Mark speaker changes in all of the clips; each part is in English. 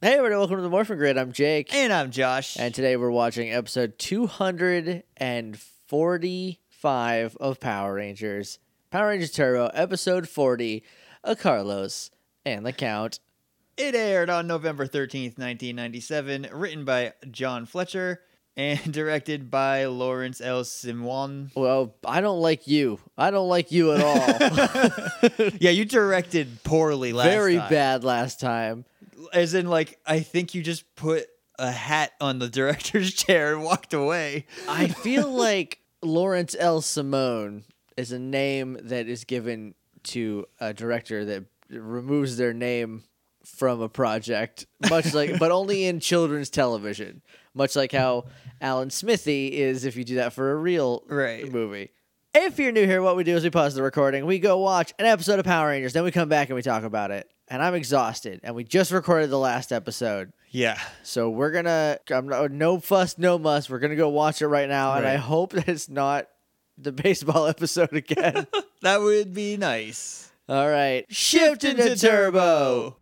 Speaker 1: Hey everybody, welcome to the Morphin Grid. I'm Jake.
Speaker 2: And I'm Josh.
Speaker 1: And today we're watching episode 245 of Power Rangers. Power Rangers Turbo, episode 40, a Carlos and the Count.
Speaker 2: it aired on November 13th, 1997, written by John Fletcher and directed by Lawrence L. Simon.
Speaker 1: Well, I don't like you. I don't like you at all.
Speaker 2: yeah, you directed poorly last
Speaker 1: Oh. Very
Speaker 2: time.
Speaker 1: bad last time.
Speaker 2: As in, like, I think you just put a hat on the director's chair and walked away.
Speaker 1: I feel like Lawrence L. Simone is a name that is given to a director that removes their name from a project, much like, but only in children's television, much like how Alan Smithy is if you do that for a real
Speaker 2: Right.
Speaker 1: movie. If you're new here, what we do is we pause the recording, we go watch an episode of Power Rangers, then we come back and we talk about it. And I'm exhausted, and we just recorded the last episode.
Speaker 2: Yeah.
Speaker 1: So we're gonna I'm not, no fuss, no muss. We're gonna go watch it right now, and I
Speaker 2: Right.
Speaker 1: hope that it's not the baseball episode again.
Speaker 2: That would be nice.
Speaker 1: All right, shift into turbo.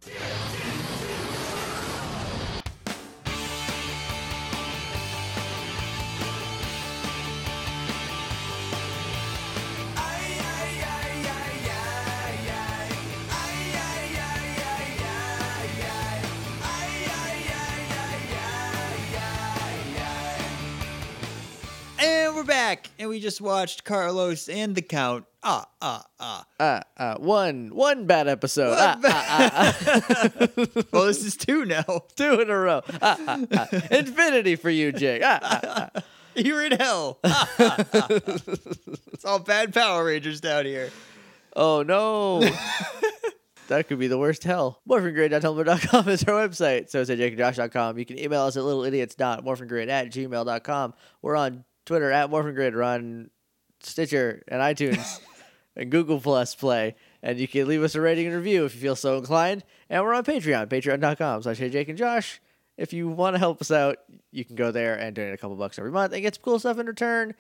Speaker 2: And we're back. And we just watched Carlos and the Count. Ah, ah, ah.
Speaker 1: Uh, uh, one one bad episode. Ah, ah, ah, ah.
Speaker 2: Well, this is two now.
Speaker 1: Two in a row. Ah, ah, ah. Infinity for you, Jake. Ah, ah, ah.
Speaker 2: You're in hell. it's all bad Power Rangers down here.
Speaker 1: Oh no. That could be the worst hell. MorphinGrid.tumblr.com is our website. So is at jakeandjosh.com. You can email us at littleidiots.morphingrid at gmail.com. We're on Twitter at morphingrid. We're on Stitcher and iTunes and Google Plus Play. And you can leave us a rating and review if you feel so inclined. And we're on Patreon, patreon.com slash Hey Jake and Josh. If you want to help us out, you can go there and donate a couple bucks every month and get some cool stuff in return.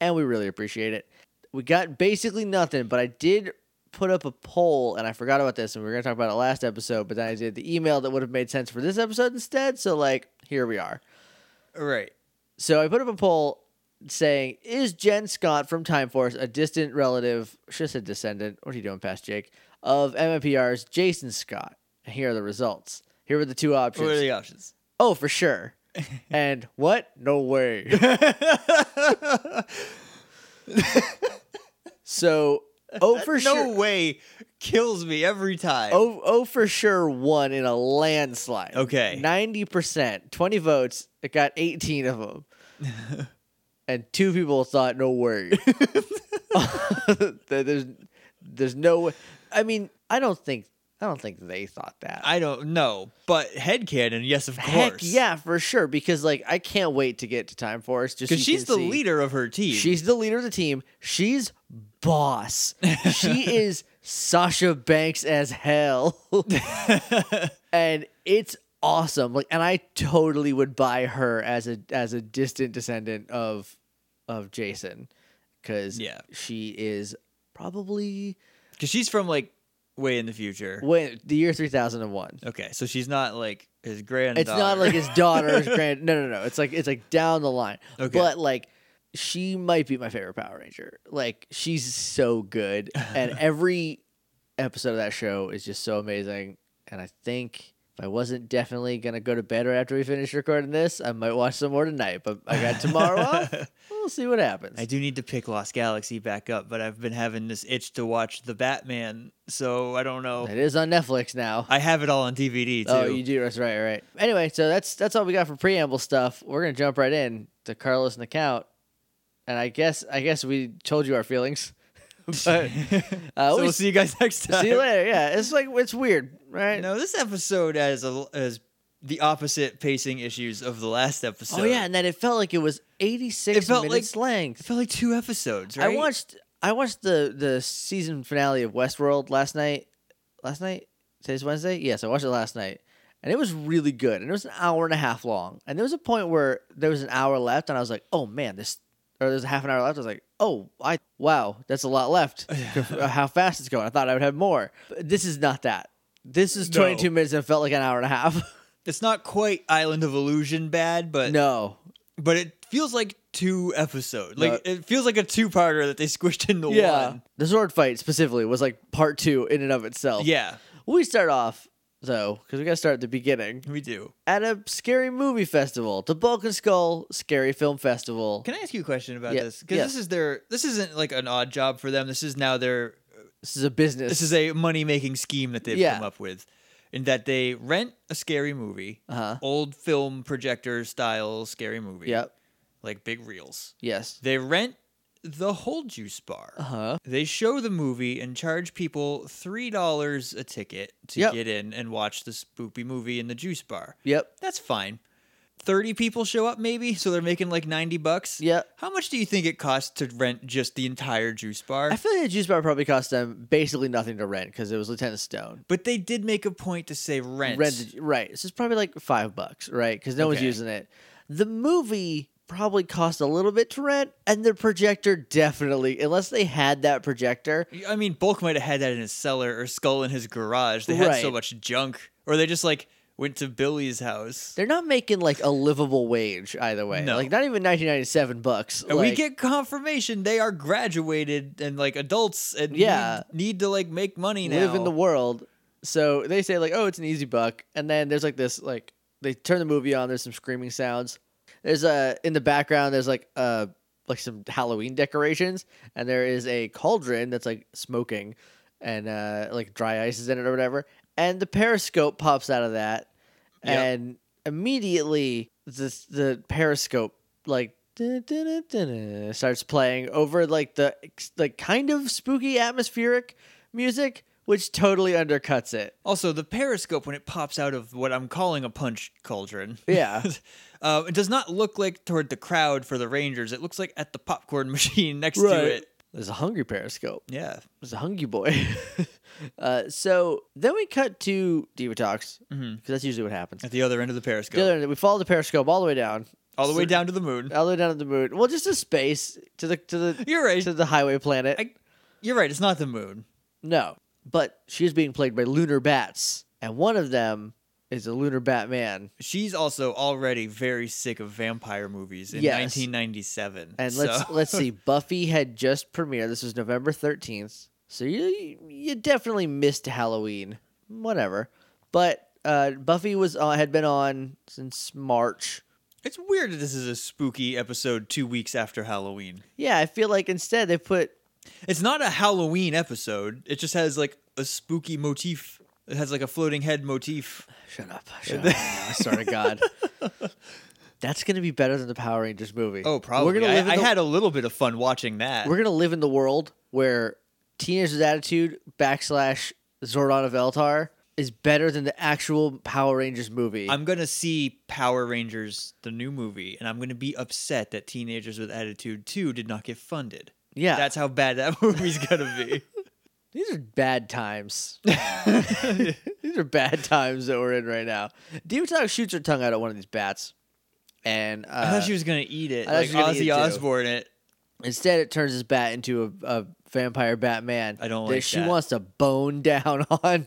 Speaker 1: And we really appreciate it. We got basically nothing, but I did put up a poll and I forgot about this and we were going to talk about it last episode, but then I did the email that would have made sense for this episode instead. So, like, here we are.
Speaker 2: Right.
Speaker 1: So I put up a poll saying, "Is Jen Scott from Time Force a distant relative? Should have said descendant. What are you doing, past Jake? Of MMPR's Jason Scott." And here are the results. Here were the two
Speaker 2: What are
Speaker 1: options.
Speaker 2: the options?
Speaker 1: Oh, for sure. and what? No way. So, oh for
Speaker 2: no
Speaker 1: sure.
Speaker 2: way kills me every time.
Speaker 1: Oh, oh for sure won in a landslide.
Speaker 2: Okay.
Speaker 1: 90%, 20 votes. It got 18 of them. and two people thought, no word. there's, there's no way. I mean, I don't think, I don't think they thought that.
Speaker 2: I don't know, but headcanon, yes, of
Speaker 1: Heck
Speaker 2: course.
Speaker 1: yeah, for sure. Because like, I can't wait to get to Time Force. Just
Speaker 2: Because
Speaker 1: so you
Speaker 2: she's
Speaker 1: can
Speaker 2: the
Speaker 1: see.
Speaker 2: leader of her team.
Speaker 1: She's the leader of the team. She's boss. She is Sasha Banks as hell. and it's awesome. Like and I totally would buy her as a as a distant descendant of of Jason cuz
Speaker 2: Yeah.
Speaker 1: she is probably
Speaker 2: Because she's from like way in the future.
Speaker 1: when the year 3001.
Speaker 2: Okay, so she's not like his granddaughter.
Speaker 1: It's not like his daughter, his grand. No, no, no. It's like it's like down the line.
Speaker 2: Okay.
Speaker 1: But like, she might be my favorite Power Ranger. Like, she's so good, and every episode of that show is just so amazing. And I think if I wasn't definitely gonna go to bed right after we finish recording this, I might watch some more tonight. But I got tomorrow off. We'll see what happens.
Speaker 2: I do need to pick Lost Galaxy back up, but I've been having this itch to watch the Batman, so I don't know.
Speaker 1: It is on Netflix now.
Speaker 2: I have it all on DVD too.
Speaker 1: Oh, you do. That's right, right. Anyway, so that's that's all we got for preamble stuff. We're gonna jump right in to Carlos and the Count, and I guess I guess we told you our feelings. but uh,
Speaker 2: so
Speaker 1: we
Speaker 2: we'll
Speaker 1: see,
Speaker 2: see you guys next time.
Speaker 1: you later. Yeah, it's like it's weird, right?
Speaker 2: No, this episode has a has the opposite pacing issues of the last episode.
Speaker 1: oh yeah, and then it felt like it was eighty six
Speaker 2: It felt
Speaker 1: minutes length.
Speaker 2: it felt like two episodes. Right?
Speaker 1: I watched I watched the the season finale of Westworld last night. Last night? Today's Wednesday? Yes, I watched it last night. And it was really good. And it was an hour and a half long. And there was a point where there was an hour left and I was like, "Oh man, this or there's a half an hour left." I was like, "Oh, I wow, that's a lot left. How fast it's going. I thought I would have more." But this is not that. This is
Speaker 2: No.
Speaker 1: 22 minutes and felt like an hour and a half.
Speaker 2: It's not quite Island of Illusion bad, but
Speaker 1: no.
Speaker 2: but it feels like two episodes.
Speaker 1: No.
Speaker 2: Like it feels like a two-parter that they squished into
Speaker 1: Yeah.
Speaker 2: one.
Speaker 1: The sword fight specifically was like part two in and of itself.
Speaker 2: Yeah,
Speaker 1: We start off, though, because we got to start at the beginning,
Speaker 2: we do.
Speaker 1: at a scary movie festival, the Bulk and Skull Scary Film Festival.
Speaker 2: Can I ask you a question about
Speaker 1: Yeah,
Speaker 2: this? Because
Speaker 1: yes.
Speaker 2: this is their this isn't like an odd job for them. This is now their
Speaker 1: this is a business.
Speaker 2: this is a money making scheme that they've
Speaker 1: Yeah.
Speaker 2: come up with, in that they rent a scary movie,
Speaker 1: Uh-huh.
Speaker 2: old film projector style scary movie,
Speaker 1: Yep.
Speaker 2: like big reels.
Speaker 1: Yes.
Speaker 2: They rent the whole juice bar.
Speaker 1: Uh huh.
Speaker 2: They show the movie and charge people three dollars a ticket to
Speaker 1: Yep.
Speaker 2: get in and watch the spoopy movie in the juice bar.
Speaker 1: Yep.
Speaker 2: That's fine. Thirty people show up maybe, so they're making like ninety bucks.
Speaker 1: Yep.
Speaker 2: How much do you think it costs to rent just the entire juice bar?
Speaker 1: I feel like the juice bar probably cost them basically nothing to rent because it was Lieutenant Stone.
Speaker 2: but they did make a point to say rent.
Speaker 1: Rented, right. So it's probably like five bucks, right? Because no one's
Speaker 2: Okay.
Speaker 1: using it. The movie probably cost a little bit to rent, and the projector definitely, unless they had that projector.
Speaker 2: I mean, Bulk might have had that in his cellar or Skull in his garage. They had so
Speaker 1: Right.
Speaker 2: much junk, or they just like went to Billy's house.
Speaker 1: They're not making like a livable wage either way.
Speaker 2: No.
Speaker 1: Like not even 1997 bucks.
Speaker 2: And we
Speaker 1: Like,
Speaker 2: get confirmation they are graduated and like adults and
Speaker 1: Yeah.
Speaker 2: need, need to like make money now.
Speaker 1: live in the world. So they say like, oh, it's an easy buck, and then there's like this like they turn the movie on. There's some screaming sounds. There's a in the background. There's like uh like some Halloween decorations, and there is a cauldron that's like smoking, and uh like dry ice is in it or whatever. And the periscope pops out of that,
Speaker 2: Yep.
Speaker 1: and immediately the the periscope like dun-dun-dun-dun-dun starts playing over like the like kind of spooky atmospheric music which totally undercuts it
Speaker 2: also, the periscope when it pops out of what I'm calling a punch cauldron.
Speaker 1: yeah
Speaker 2: Uh, it does not look like toward the crowd for the Rangers. It looks like at the popcorn machine next
Speaker 1: right
Speaker 2: to it.
Speaker 1: there's a hungry periscope
Speaker 2: Yeah.
Speaker 1: there's a hungry boy uh so then we cut to diva talks because Mm-hmm. that's usually what happens
Speaker 2: At the other end of the periscope.
Speaker 1: the other Uh, end, we follow the periscope all the way down
Speaker 2: all the way
Speaker 1: so-
Speaker 2: down to the moon.
Speaker 1: all the way down to the moon well just to space to the to the
Speaker 2: You're right.
Speaker 1: to the highway planet
Speaker 2: I- You're right. It's not the moon.
Speaker 1: No, but she is being plagued by lunar bats, and one of them is a lunar Batman.
Speaker 2: She's also already very sick of vampire movies in
Speaker 1: Yes.
Speaker 2: 1997.
Speaker 1: And let's
Speaker 2: so-
Speaker 1: let's see, Buffy had just premiered. This was November thirteenth, so you you definitely missed Halloween. Whatever, but uh, Buffy was uh, had been on since March.
Speaker 2: It's weird that this is a spooky episode two weeks after Halloween.
Speaker 1: Yeah, I feel like instead they put
Speaker 2: It's not a Halloween episode. It just has like a spooky motif. It has like a floating head motif.
Speaker 1: shut up. Shut up. I swear to God. That's gonna be better than the Power Rangers movie.
Speaker 2: Oh, probably.
Speaker 1: We're gonna
Speaker 2: I,
Speaker 1: live in
Speaker 2: I
Speaker 1: the-
Speaker 2: had a little bit of fun watching that.
Speaker 1: we're gonna live in the world where teenagers' attitude backslash Zordon of Eltar is better than the actual Power Rangers movie.
Speaker 2: I'm gonna see Power Rangers, the new movie, and I'm gonna be upset that Teenagers with Attitude 2 did not get funded.
Speaker 1: yeah,
Speaker 2: That's how bad that movie's gonna
Speaker 1: uh,
Speaker 2: be.
Speaker 1: these are bad times. these are bad times that we're in right now. Divatok shoots her tongue out at one of these bats, and uh,
Speaker 2: I thought she was gonna eat it.
Speaker 1: I thought
Speaker 2: Like
Speaker 1: she was gonna eat it,
Speaker 2: Ozzy
Speaker 1: too.
Speaker 2: Osbourne it.
Speaker 1: instead it turns his bat into a, a vampire Batman.
Speaker 2: I don't
Speaker 1: that
Speaker 2: like
Speaker 1: she
Speaker 2: that.
Speaker 1: wants to bone down on.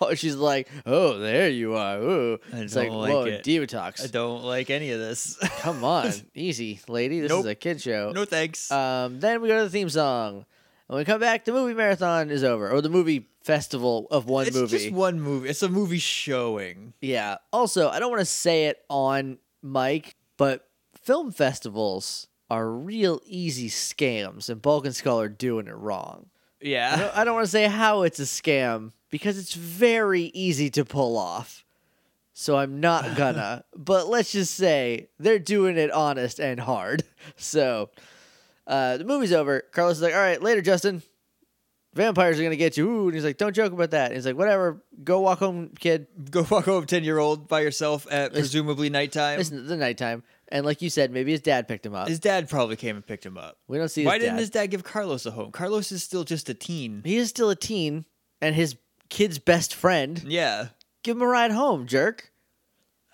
Speaker 1: Oh, she's like, oh, there you are. Ooh.
Speaker 2: I
Speaker 1: it's
Speaker 2: don't like
Speaker 1: whoa,
Speaker 2: it.
Speaker 1: Divatox.
Speaker 2: I don't like any of this.
Speaker 1: Come on, easy, lady. This
Speaker 2: Nope.
Speaker 1: is a kid show.
Speaker 2: no thanks.
Speaker 1: Um, then we go to the theme song. When we come back, the movie marathon is over, or the movie festival of one
Speaker 2: it's
Speaker 1: movie.
Speaker 2: just one movie. It's a movie showing.
Speaker 1: yeah. Also, I don't want to say it on mic, but film festivals are real easy scams, and Balkan Skull are doing it wrong. I
Speaker 2: Yeah.
Speaker 1: don't, I don't want to say how it's a scam because it's very easy to pull off. So I'm not gonna. but let's just say they're doing it honest and hard. So uh, the movie's over. Carlos is like, "All right, later, Justin. Vampires are gonna get you." Ooh, and he's like, "Don't joke about that." And he's like, "Whatever. Go walk home, kid.
Speaker 2: Go walk home ten year old by yourself at presumably nighttime.
Speaker 1: It's the nighttime." And like you said, maybe his dad picked him up.
Speaker 2: His dad probably came and picked him up.
Speaker 1: We don't see.
Speaker 2: Why
Speaker 1: his
Speaker 2: didn't
Speaker 1: dad.
Speaker 2: his dad give Carlos a home? Carlos is still just a teen.
Speaker 1: He is still a teen, and his kid's best friend.
Speaker 2: Yeah.
Speaker 1: Give him a ride home, jerk.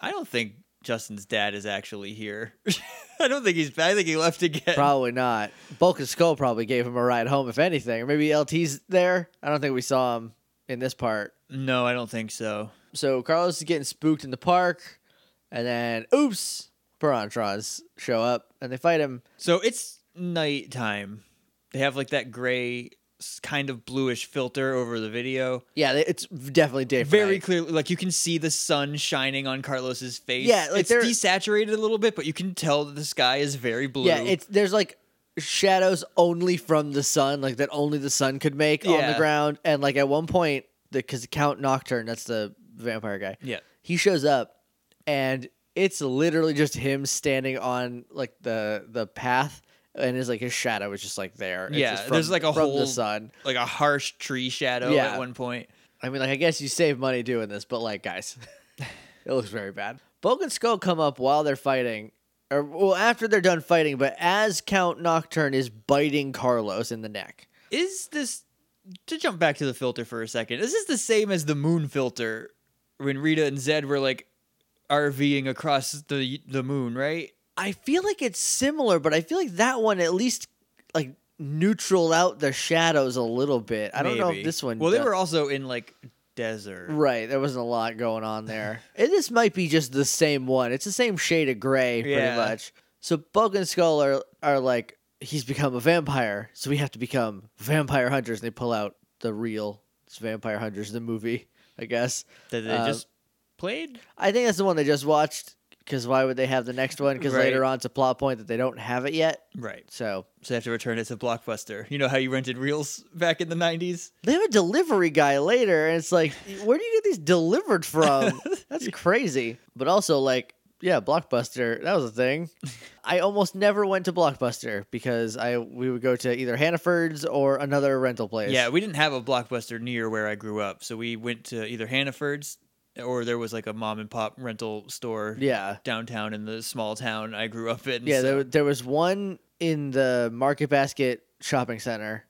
Speaker 2: I don't think Justin's dad is actually here. I don't think he's. I think he left again.
Speaker 1: Probably not. Bulk and Skull probably gave him a ride home, if anything. Or maybe LT's there. I don't think we saw him in this part.
Speaker 2: no, I don't think so.
Speaker 1: So Carlos is getting spooked in the park, and then oops, Pirantrons show up and they fight him.
Speaker 2: So it's nighttime. They have like that gray, s- kind of bluish filter over the video.
Speaker 1: Yeah, they- it's definitely day. for
Speaker 2: Very
Speaker 1: night.
Speaker 2: clearly, like you can see the sun shining on Carlos's face.
Speaker 1: Yeah, like
Speaker 2: it's
Speaker 1: they're-
Speaker 2: desaturated a little bit, but you can tell that the sky is very blue.
Speaker 1: Yeah, it's there's like shadows only from the sun, like that only the sun could make on the
Speaker 2: Yeah.
Speaker 1: ground. And like at one point, because Count Nocturne, that's the vampire guy,
Speaker 2: yeah.
Speaker 1: he shows up, and it's literally just him standing on like the the path, and it's like his shadow is just like there. It's
Speaker 2: Yeah,
Speaker 1: just
Speaker 2: there's, like, a
Speaker 1: from the
Speaker 2: whole-
Speaker 1: sun.
Speaker 2: like a harsh tree shadow
Speaker 1: Yeah.
Speaker 2: at one point.
Speaker 1: I mean, like I guess you save money doing this, but like guys, it looks very bad. Bulk and Skull come up while they're fighting, or well after they're done fighting, but as Count Nocturne is biting Carlos in the neck.
Speaker 2: Is this to jump back to the filter for a second? Is this the same as the moon filter when Rita and Zed were like RVing across the the moon, right?
Speaker 1: I feel like it's similar, but I feel like that one at least like neutral out the shadows a little bit. I don't know
Speaker 2: Maybe.
Speaker 1: if this one.
Speaker 2: Well, they
Speaker 1: does-
Speaker 2: were also in like desert.
Speaker 1: right. There wasn't a lot going on there. and this might be just the same one. It's the same shade of gray, pretty
Speaker 2: Yeah.
Speaker 1: much. So Bulk and Skull are are like he's become a vampire, so we have to become vampire hunters. And they pull out the real vampire hunters, the movie, I guess.
Speaker 2: That they
Speaker 1: Uh,
Speaker 2: just played.
Speaker 1: I think that's the one they just watched. Because why would they have the next one? Because
Speaker 2: Right.
Speaker 1: later on it's a plot point that they don't have it yet.
Speaker 2: Right.
Speaker 1: So
Speaker 2: So they have to return it to Blockbuster. You know how you rented reels back in the 90s?
Speaker 1: They have a delivery guy later, and it's like, where do you get these delivered from? That's crazy. But also, like, yeah, Blockbuster, that was a thing. I almost never went to Blockbuster because I we would go to either Hannaford's or another rental place.
Speaker 2: Yeah, we didn't have a Blockbuster near where I grew up. So we went to either Hannaford's or there was like a mom and pop rental store
Speaker 1: yeah,
Speaker 2: downtown in the small town I grew up in.
Speaker 1: yeah.
Speaker 2: so-
Speaker 1: There, there was one in the Market Basket shopping center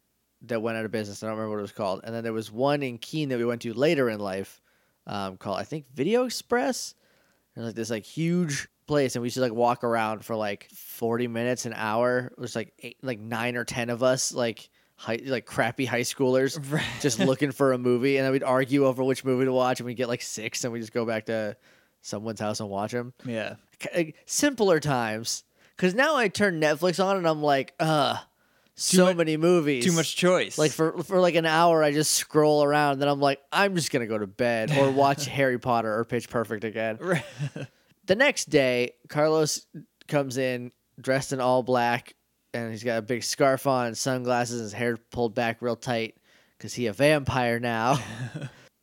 Speaker 1: that went out of business. I don't remember what it was called. And then there was one in Keene that we went to later in life, um, called I think Video Express. It was like this like huge place, and we used to like walk around for like forty minutes, an hour. It was like eight, like nine or ten of us, like high, like crappy high schoolers,
Speaker 2: Right.
Speaker 1: just looking for a movie, and then we'd argue over which movie to watch, and we'd get like six, and we just go back to someone's house and watch them.
Speaker 2: yeah.
Speaker 1: Simpler times, because now I turn Netflix on, and I'm like, uh, so
Speaker 2: much-
Speaker 1: many movies,
Speaker 2: Too much choice.
Speaker 1: Like for for like an hour, I just scroll around, and then I'm like, I'm just gonna go to bed or watch Harry Potter or Pitch Perfect again.
Speaker 2: Right.
Speaker 1: The next day, Carlos comes in dressed in all black, and he's got a big scarf on, and sunglasses, and his hair pulled back real tight because he a vampire now.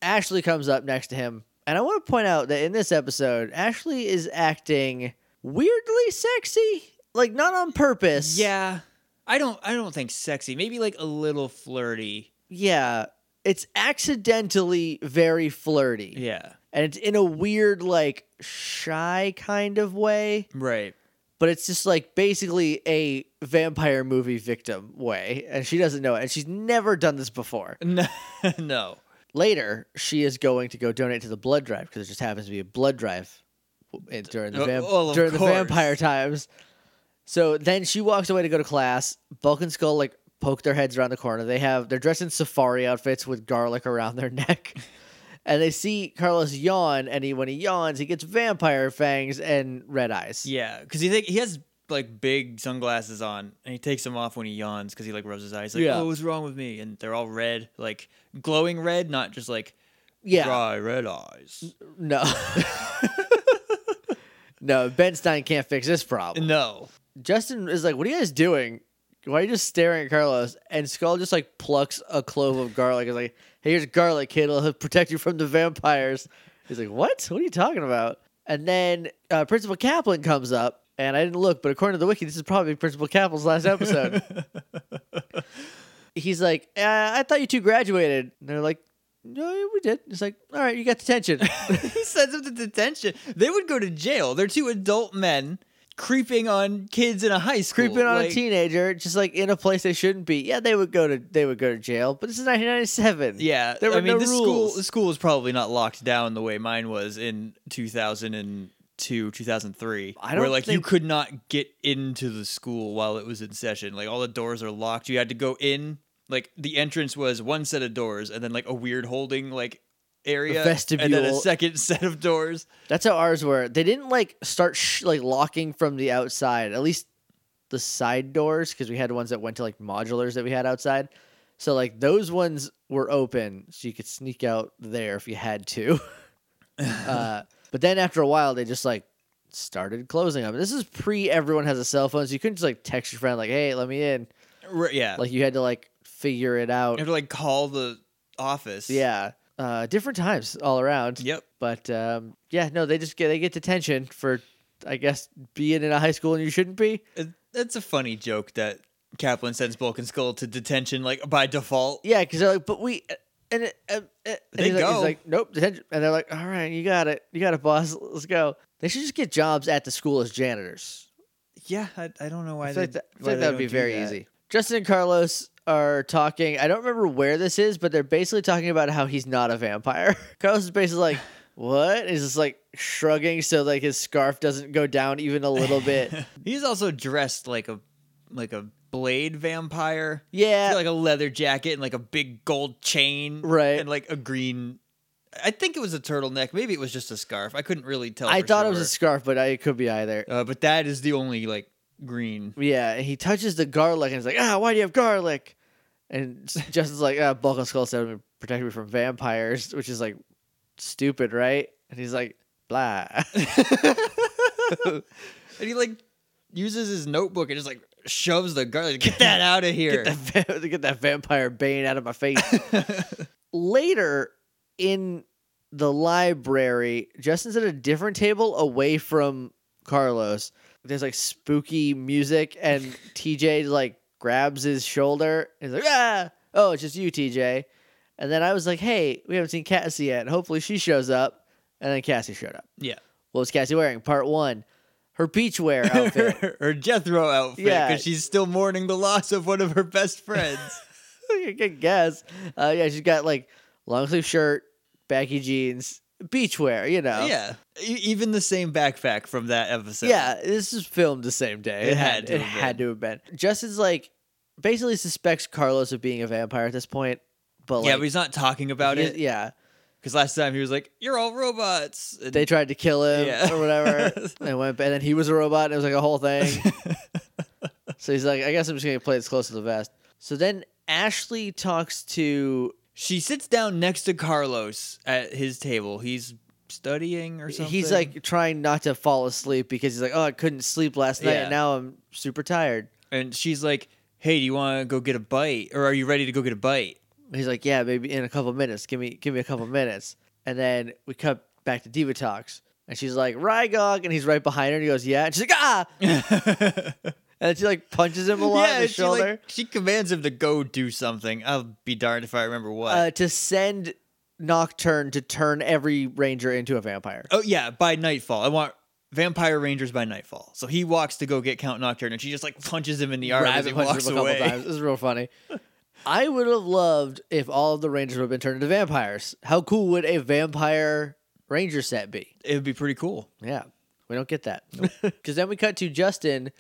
Speaker 1: Ashley comes up next to him, and I want to point out that in this episode, Ashley is acting weirdly sexy, like not on purpose.
Speaker 2: yeah. I don't I don't think sexy. Maybe like a little flirty.
Speaker 1: yeah, it's accidentally very flirty,
Speaker 2: Yeah.
Speaker 1: and it's in a weird, like shy kind of way.
Speaker 2: Right.
Speaker 1: but it's just like basically a vampire movie victim way and she doesn't know it and she's never done this before
Speaker 2: No. no.
Speaker 1: later she is going to go donate to the blood drive because it just happens to be a blood drive w- in- during the,
Speaker 2: Oh,
Speaker 1: vamp-
Speaker 2: well, of
Speaker 1: during the
Speaker 2: course.
Speaker 1: vampire times so then she walks away to go to class bulk and skull like poke their heads around the corner they have they're dressed in safari outfits with garlic around their neck and they see carlos yawn and he when he yawns he gets vampire fangs and red eyes
Speaker 2: Yeah, because he think he has like big sunglasses on, and he takes them off when he yawns because he like rubs his eyes like,
Speaker 1: Yeah.
Speaker 2: "Oh, what's wrong with me?" And they're all red, like glowing red, not just like
Speaker 1: yeah
Speaker 2: dry red eyes.
Speaker 1: No. no, Ben Stein can't fix this problem.
Speaker 2: No,
Speaker 1: Justin is like, What are you guys doing? Why are you just staring at Carlos? And Skull just like plucks a clove of garlic. Is like, Hey, here's garlic, kid. It'll protect you from the vampires. He's like, What? What are you talking about? And then uh, Principal Kaplan comes up. And I didn't look, but according to the wiki, this is probably Principal Kaplan's last episode. He's like, uh, I thought you two graduated. And they're like, No, yeah, we did. He's like, All right, you got detention.
Speaker 2: he sends them to detention. They would go to jail. They're two adult men creeping on kids in a high school,
Speaker 1: creeping on
Speaker 2: Like,
Speaker 1: a teenager, just like in a place they shouldn't be. Yeah, they would go to they would go to jail, but this is 1997.
Speaker 2: Yeah,
Speaker 1: There were
Speaker 2: I mean,
Speaker 1: no
Speaker 2: this
Speaker 1: rules.
Speaker 2: school the school is probably not locked down the way mine was in two thousand and two, 2003
Speaker 1: I
Speaker 2: where
Speaker 1: don't
Speaker 2: like you
Speaker 1: think-
Speaker 2: could not get into the school while it was in session like all the doors are locked you had to go in like the entrance was one set of doors and then like a weird holding like area, and then a
Speaker 1: vestibule.
Speaker 2: second set of doors.
Speaker 1: That's how ours were. They didn't like start sh- like locking from the outside. At least the side doors because we had ones that went to like modulars that we had outside. So like those ones were open, so you could sneak out there if you had to. uh, but then after a while, they just like started closing them. This is pre everyone has a cell phone, so you couldn't just like text your friend like, "Hey, let me in."
Speaker 2: Right, yeah,
Speaker 1: Like you had to like figure it
Speaker 2: you
Speaker 1: out.
Speaker 2: have to like call the office.
Speaker 1: Yeah, uh, different times all around.
Speaker 2: Yep.
Speaker 1: But um, yeah, no, they just get they get detention for, I guess, being in a high school and you shouldn't be.
Speaker 2: It- That's a funny joke that Kaplan sends Bulk and Skull to detention like by default.
Speaker 1: Yeah, because they're like, but we, and, it- uh, uh, and
Speaker 2: They
Speaker 1: he's, like, he's
Speaker 2: go.
Speaker 1: like, nope, detention, and they're like, all right, you got it, you got it, boss, let's go. They should just get jobs at the school as janitors.
Speaker 2: Yeah, I, I don't know why
Speaker 1: I feel
Speaker 2: they.
Speaker 1: like that, I feel
Speaker 2: why
Speaker 1: like that
Speaker 2: they don't
Speaker 1: would be
Speaker 2: do
Speaker 1: very
Speaker 2: that.
Speaker 1: easy. Justin and Carlos are talking. I don't remember where this is, but they're basically talking about how he's not a vampire. Carlos is basically like, "What?" He's just like shrugging, so like his scarf doesn't go down even a little bit.
Speaker 2: He's also dressed like a like a blade vampire. He's
Speaker 1: Yeah,
Speaker 2: got, like a leather jacket and like a big gold chain,
Speaker 1: Right.
Speaker 2: And like a green. I think it was a turtleneck. Maybe it was just a scarf. I couldn't really tell.
Speaker 1: I
Speaker 2: for
Speaker 1: thought it was
Speaker 2: sure.
Speaker 1: a scarf, but I, it could be either.
Speaker 2: Uh, but that is the only like green.
Speaker 1: Yeah, and he touches the garlic and he's like, ah, why do you have garlic? And s- Justin's like, ah, Bulk and Skull said it would protect me from vampires, which is like stupid, right? And he's like, blah.
Speaker 2: and he like uses his notebook and just like shoves the garlic. Get that out of here.
Speaker 1: get, that va- get that vampire bane out of my face. Later in the library, Justin's at a different table away from Carlos. There's like spooky music, and TJ like grabs his shoulder. And he's like, ah, oh, it's just you, TJ. And then I was like, hey, we haven't seen Cassie yet. Hopefully she shows up. And then Cassie showed up.
Speaker 2: yeah.
Speaker 1: What was Cassie wearing? Part one, her beachwear outfit.
Speaker 2: her, her Jethro outfit because
Speaker 1: Yeah.
Speaker 2: she's still mourning the loss of one of her best friends.
Speaker 1: I can guess. Uh, yeah, she's got like long sleeve shirt, baggy jeans, beachwear. You know.
Speaker 2: Yeah, E- even the same backpack from that episode.
Speaker 1: Yeah, This is filmed the same day.
Speaker 2: It had to
Speaker 1: It
Speaker 2: have
Speaker 1: had to have been. Justin's like basically suspects Carlos of being a vampire at this point, but like,
Speaker 2: yeah, but he's not talking about
Speaker 1: he-
Speaker 2: it
Speaker 1: Yeah,
Speaker 2: because last time he was like, "You're all robots." And
Speaker 1: they tried to kill him
Speaker 2: Yeah.
Speaker 1: or whatever. and went, and then he was a robot, and it was like a whole thing. so he's like, I guess I'm just gonna play this close to the vest. So then Ashley talks to
Speaker 2: she sits down next to Carlos at his table. He's studying or something.
Speaker 1: He's like trying not to fall asleep because he's like, oh, I couldn't sleep last night,
Speaker 2: Yeah.
Speaker 1: and now I'm super tired.
Speaker 2: and she's like, "Hey, do you want to go get a bite, or are you ready to go get a bite?"
Speaker 1: He's like, yeah, maybe in a couple minutes. Give me, give me a couple minutes. And then we cut back to Diva talks, and she's like, Rygog, and he's right behind her. And he goes, yeah, and she's like, ah, and then she like punches him a lot in the
Speaker 2: she, like-
Speaker 1: shoulder
Speaker 2: she commands him to go do something. I'll be darned if I remember what.
Speaker 1: uh, to send Nocturne to turn every ranger into a vampire.
Speaker 2: Oh yeah, by nightfall. I want Vampire Rangers by nightfall. So he walks to go get Count Nocturne, and she just like punches him in the arm as he
Speaker 1: rabbit punches
Speaker 2: walks
Speaker 1: him a couple
Speaker 2: away.
Speaker 1: times. This is real funny. I would have loved if all of the Rangers would have been turned into vampires. How cool would a vampire Ranger set be?
Speaker 2: It would be pretty cool.
Speaker 1: Yeah, we don't get that. Because then we cut to Justin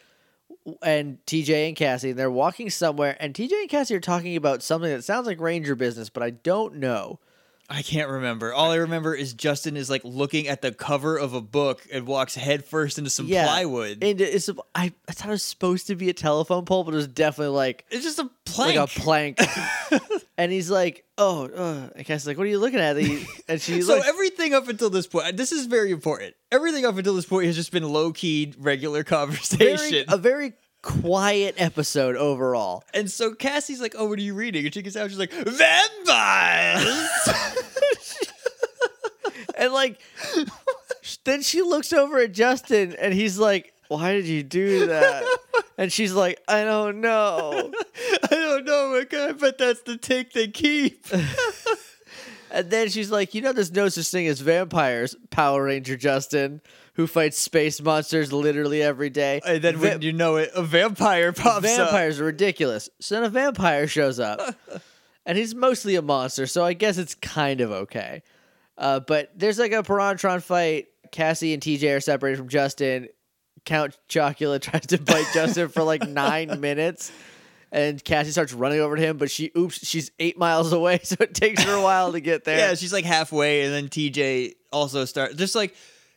Speaker 1: and TJ and Cassie, and they're walking somewhere, and TJ and Cassie are talking about something that sounds like Ranger business, but I don't know.
Speaker 2: I can't remember. All I remember is Justin is like looking at the cover of a book and walks headfirst into some
Speaker 1: Yeah.
Speaker 2: plywood.
Speaker 1: And it's I, I thought it was supposed to be a telephone pole, but it was definitely like
Speaker 2: it's just a plank.
Speaker 1: like a plank. and he's like, "Oh," uh, and Cassie's like, "What are you looking at?" And she
Speaker 2: so
Speaker 1: looks,
Speaker 2: everything up until this point, this is very important. Everything up until this point has just been low key, regular
Speaker 1: very,
Speaker 2: conversation.
Speaker 1: a very quiet episode overall.
Speaker 2: and so Cassie's like, "Oh, what are you reading?" And she gets out. She's like, "Vampires."
Speaker 1: And like, sh- then she looks over at Justin and he's like, Why did you do that? And she's like, I don't know.
Speaker 2: I don't know, but I bet that's the take they keep.
Speaker 1: And then she's like, You know, there's no such thing as vampires, Power Ranger Justin, who fights space monsters literally every day.
Speaker 2: and then
Speaker 1: Va-
Speaker 2: when you know it, a vampire pops up.
Speaker 1: vampires are ridiculous. So then a vampire shows up, and he's mostly a monster, so I guess it's kind of okay. Uh, but there's like a Pirantron fight. Cassie and TJ are separated from Justin. Count Chocula tries to bite Justin for like nine minutes, and Cassie starts running over to him, but she oops, she's eight miles away, so it takes her a while to get there.
Speaker 2: Yeah, she's like halfway, and then TJ also starts just like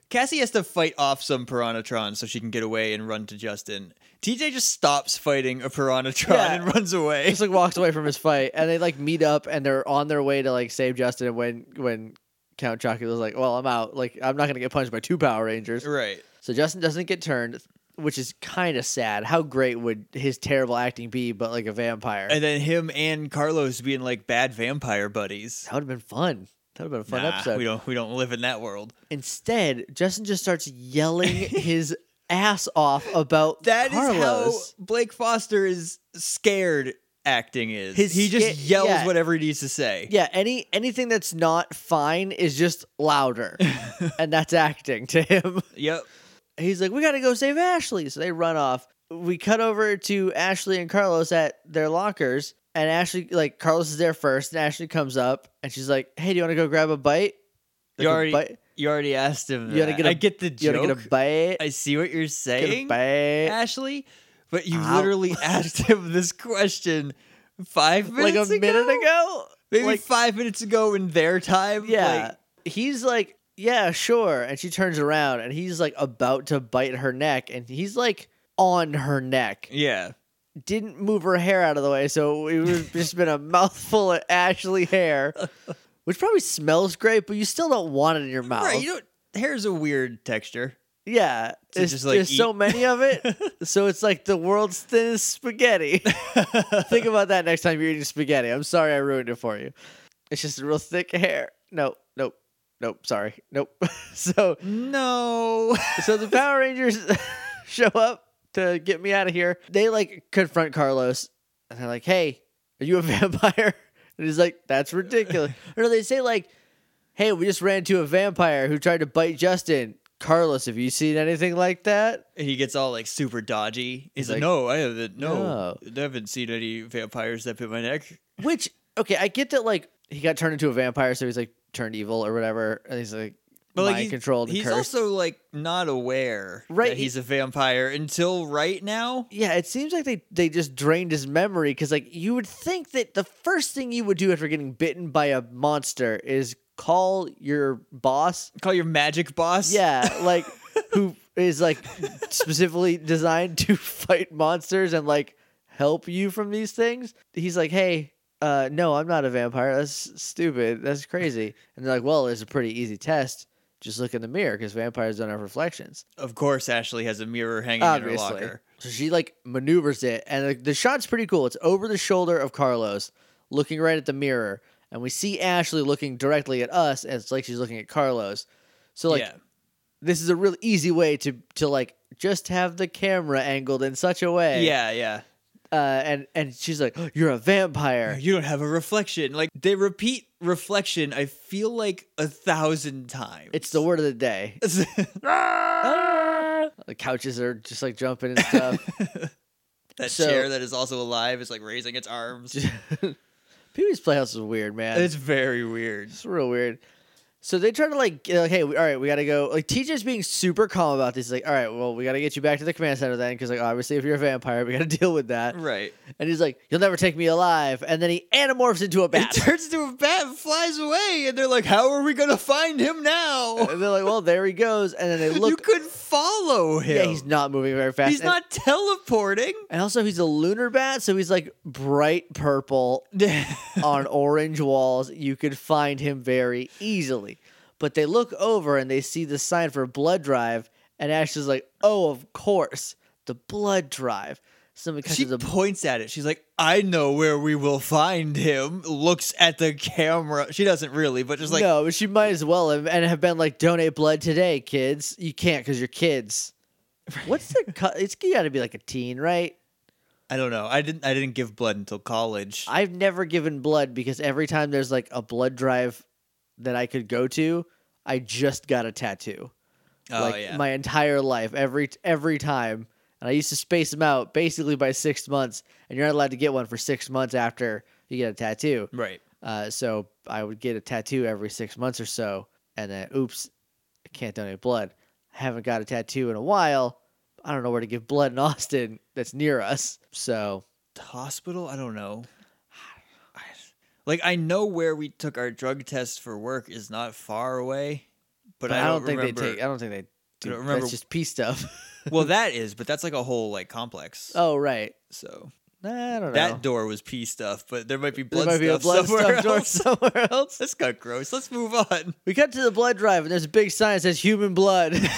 Speaker 2: Cassie has to fight off some Piranatron so she can get away and run to Justin. TJ just stops fighting a Piranatron
Speaker 1: Yeah.
Speaker 2: and runs away.
Speaker 1: just like walks away from his fight, and they like meet up, and they're on their way to like save Justin. When when Count Chocula's like, "Well, I'm out. Like, I'm not gonna get punched by two Power Rangers."
Speaker 2: Right.
Speaker 1: So Justin doesn't get turned, which is kind of sad. How great would his terrible acting be, but like a vampire?
Speaker 2: And then him and Carlos being like bad vampire buddies.
Speaker 1: that would have been fun. That would have been a fun
Speaker 2: Nah,
Speaker 1: episode.
Speaker 2: we don't we don't live in that world.
Speaker 1: Instead, Justin just starts yelling his ass off about
Speaker 2: That is
Speaker 1: Carlos.
Speaker 2: how Blake Foster is scared acting is.
Speaker 1: His
Speaker 2: he just
Speaker 1: sca-
Speaker 2: yells
Speaker 1: yeah.
Speaker 2: whatever he needs to say.
Speaker 1: yeah, any anything that's not fine is just louder, and that's acting to him.
Speaker 2: Yep.
Speaker 1: he's like, "We got to go save Ashley." So they run off. We cut over to Ashley and Carlos at their lockers, and Ashley, like Carlos, is there first, and Ashley comes up, and she's like, "Hey, do you want to go grab a bite? Like
Speaker 2: You
Speaker 1: a
Speaker 2: already
Speaker 1: bite?
Speaker 2: you already asked him.
Speaker 1: You gotta
Speaker 2: that.
Speaker 1: get a-
Speaker 2: I get the
Speaker 1: You
Speaker 2: joke.
Speaker 1: want to get a bite?
Speaker 2: I see what you're saying,
Speaker 1: Get a bite?
Speaker 2: Ashley. But you
Speaker 1: Ow.
Speaker 2: literally asked him this question five
Speaker 1: Like
Speaker 2: minutes
Speaker 1: a minute ago?
Speaker 2: maybe
Speaker 1: like-
Speaker 2: five minutes ago in their time.
Speaker 1: Yeah." he's like, "Yeah, sure," and she turns around, and he's like about to bite her neck, and he's like on her neck.
Speaker 2: like, yeah.
Speaker 1: didn't move her hair out of the way, so it would have just been a mouthful of Ashley hair, which probably smells great, but you still don't want it in your mouth.
Speaker 2: Right. You don't. Hair's a weird texture.
Speaker 1: yeah,
Speaker 2: To
Speaker 1: it's,
Speaker 2: just, like,
Speaker 1: there's so
Speaker 2: eat.
Speaker 1: many of it, so it's like the world's thinnest spaghetti. Think about that next time you're eating spaghetti. I'm sorry I ruined it for you. It's just real thick hair. No, nope, nope. Sorry, nope. so
Speaker 2: no.
Speaker 1: so the Power Rangers show up to get me out of here. They like confront Carlos and they're like, "Hey, are you a vampire?" And he's like, "That's ridiculous." or no, they say like, "Hey, we just ran into a vampire who tried to bite Justin." Carlos, have you seen anything like that?
Speaker 2: And he gets all like super dodgy.
Speaker 1: He's
Speaker 2: He's like,
Speaker 1: like,
Speaker 2: "No, I haven't. No,
Speaker 1: "No."
Speaker 2: I haven't seen any vampires that bit my neck."
Speaker 1: Which okay, I get that like he got turned into a vampire, so he's like turned evil or whatever, and he's like
Speaker 2: But like
Speaker 1: mind
Speaker 2: he's-
Speaker 1: controlled and
Speaker 2: He's
Speaker 1: cursed.
Speaker 2: also like not aware
Speaker 1: Right,
Speaker 2: that
Speaker 1: he-
Speaker 2: he's a vampire until right now.
Speaker 1: yeah, it seems like they, they just drained his memory because like you would think that the first thing you would do after getting bitten by a monster is call your boss.
Speaker 2: Call your magic boss.
Speaker 1: Yeah, like who is like specifically designed to fight monsters and like help you from these things. He's like, hey, uh, no, I'm not a vampire. That's stupid. That's crazy. And they're like, well, it's a pretty easy test. Just look in the mirror because vampires don't have reflections.
Speaker 2: Of course, Ashley has a mirror hanging in her
Speaker 1: Obviously.
Speaker 2: locker.
Speaker 1: So she like maneuvers it, and the, the shot's pretty cool. It's over the shoulder of Carlos, looking right at the mirror, and we see Ashley looking directly at us, and it's like she's looking at Carlos. So like
Speaker 2: yeah.
Speaker 1: this is a real easy way to to like just have the camera angled in such a way.
Speaker 2: Yeah, yeah.
Speaker 1: Uh, and and she's like, "You're a vampire."
Speaker 2: You don't have a reflection. Like they repeat reflection. I feel like a thousand times.
Speaker 1: It's the word of the day. The couches are just like jumping and stuff.
Speaker 2: that
Speaker 1: So-
Speaker 2: chair that is also alive is like raising its arms.
Speaker 1: Pee-wee's Playhouse is weird, man.
Speaker 2: it's very weird.
Speaker 1: It's real weird. So they try to like, get, like, hey, we- all right, we gotta go. Like TJ's being super calm about this. He's like, all right, well, we gotta get you back to the command center then, because like obviously if you're a vampire, we gotta deal with that.
Speaker 2: Right.
Speaker 1: And he's like, you'll never take me alive. And then he anamorphs into a
Speaker 2: It
Speaker 1: bat.
Speaker 2: turns into a bat and flies away, and they're like, "How are we gonna find him now?"
Speaker 1: and they're like, well, there he goes. And then they
Speaker 2: you
Speaker 1: look.
Speaker 2: could follow him.
Speaker 1: Yeah, he's not moving very fast.
Speaker 2: He's
Speaker 1: and,
Speaker 2: not teleporting.
Speaker 1: And also, he's a lunar bat, so he's like bright purple on orange walls. You could find him very easily. But they look over and they see the sign for blood drive, and Ash is like, "Oh, of course, the blood drive." Somebody
Speaker 2: she
Speaker 1: catches a
Speaker 2: points at it. She's like, "I know where we will find him." Looks at the camera. She doesn't really, but just like,
Speaker 1: no, but she might as well have, and have been like, "Donate blood today, kids. You can't because you're kids." What's the? Co- it's got to be like a teen, right?
Speaker 2: I don't know. I didn't. I didn't give blood until college.
Speaker 1: I've never given blood because every time there's like a blood drive that I could go to, I just got a tattoo.
Speaker 2: oh
Speaker 1: like
Speaker 2: yeah.
Speaker 1: my entire life, every every time, and I used to space them out basically by six months, and you're not allowed to get one for six months after you get a tattoo.
Speaker 2: right.
Speaker 1: Uh, so I would get a tattoo every six months or so, and then oops, I can't donate blood. I haven't got a tattoo in a while. I don't know where to give blood in Austin that's near us. So
Speaker 2: hospital. I don't know. I- Like I know where we took our drug test for work is not far away, but,
Speaker 1: But I, don't, think
Speaker 2: remember.
Speaker 1: they take. I don't think they. Do,
Speaker 2: don't remember-
Speaker 1: That's just pee stuff.
Speaker 2: well, that is, but that's like a whole like complex.
Speaker 1: oh right.
Speaker 2: So
Speaker 1: Nah, I don't know.
Speaker 2: that door was pee stuff, but there might be
Speaker 1: There
Speaker 2: blood
Speaker 1: might
Speaker 2: stuff
Speaker 1: be a blood
Speaker 2: somewhere
Speaker 1: stuff door
Speaker 2: else.
Speaker 1: somewhere else.
Speaker 2: This got gross. Let's move on.
Speaker 1: We cut to the blood drive, and there's a big sign that says "Human Blood."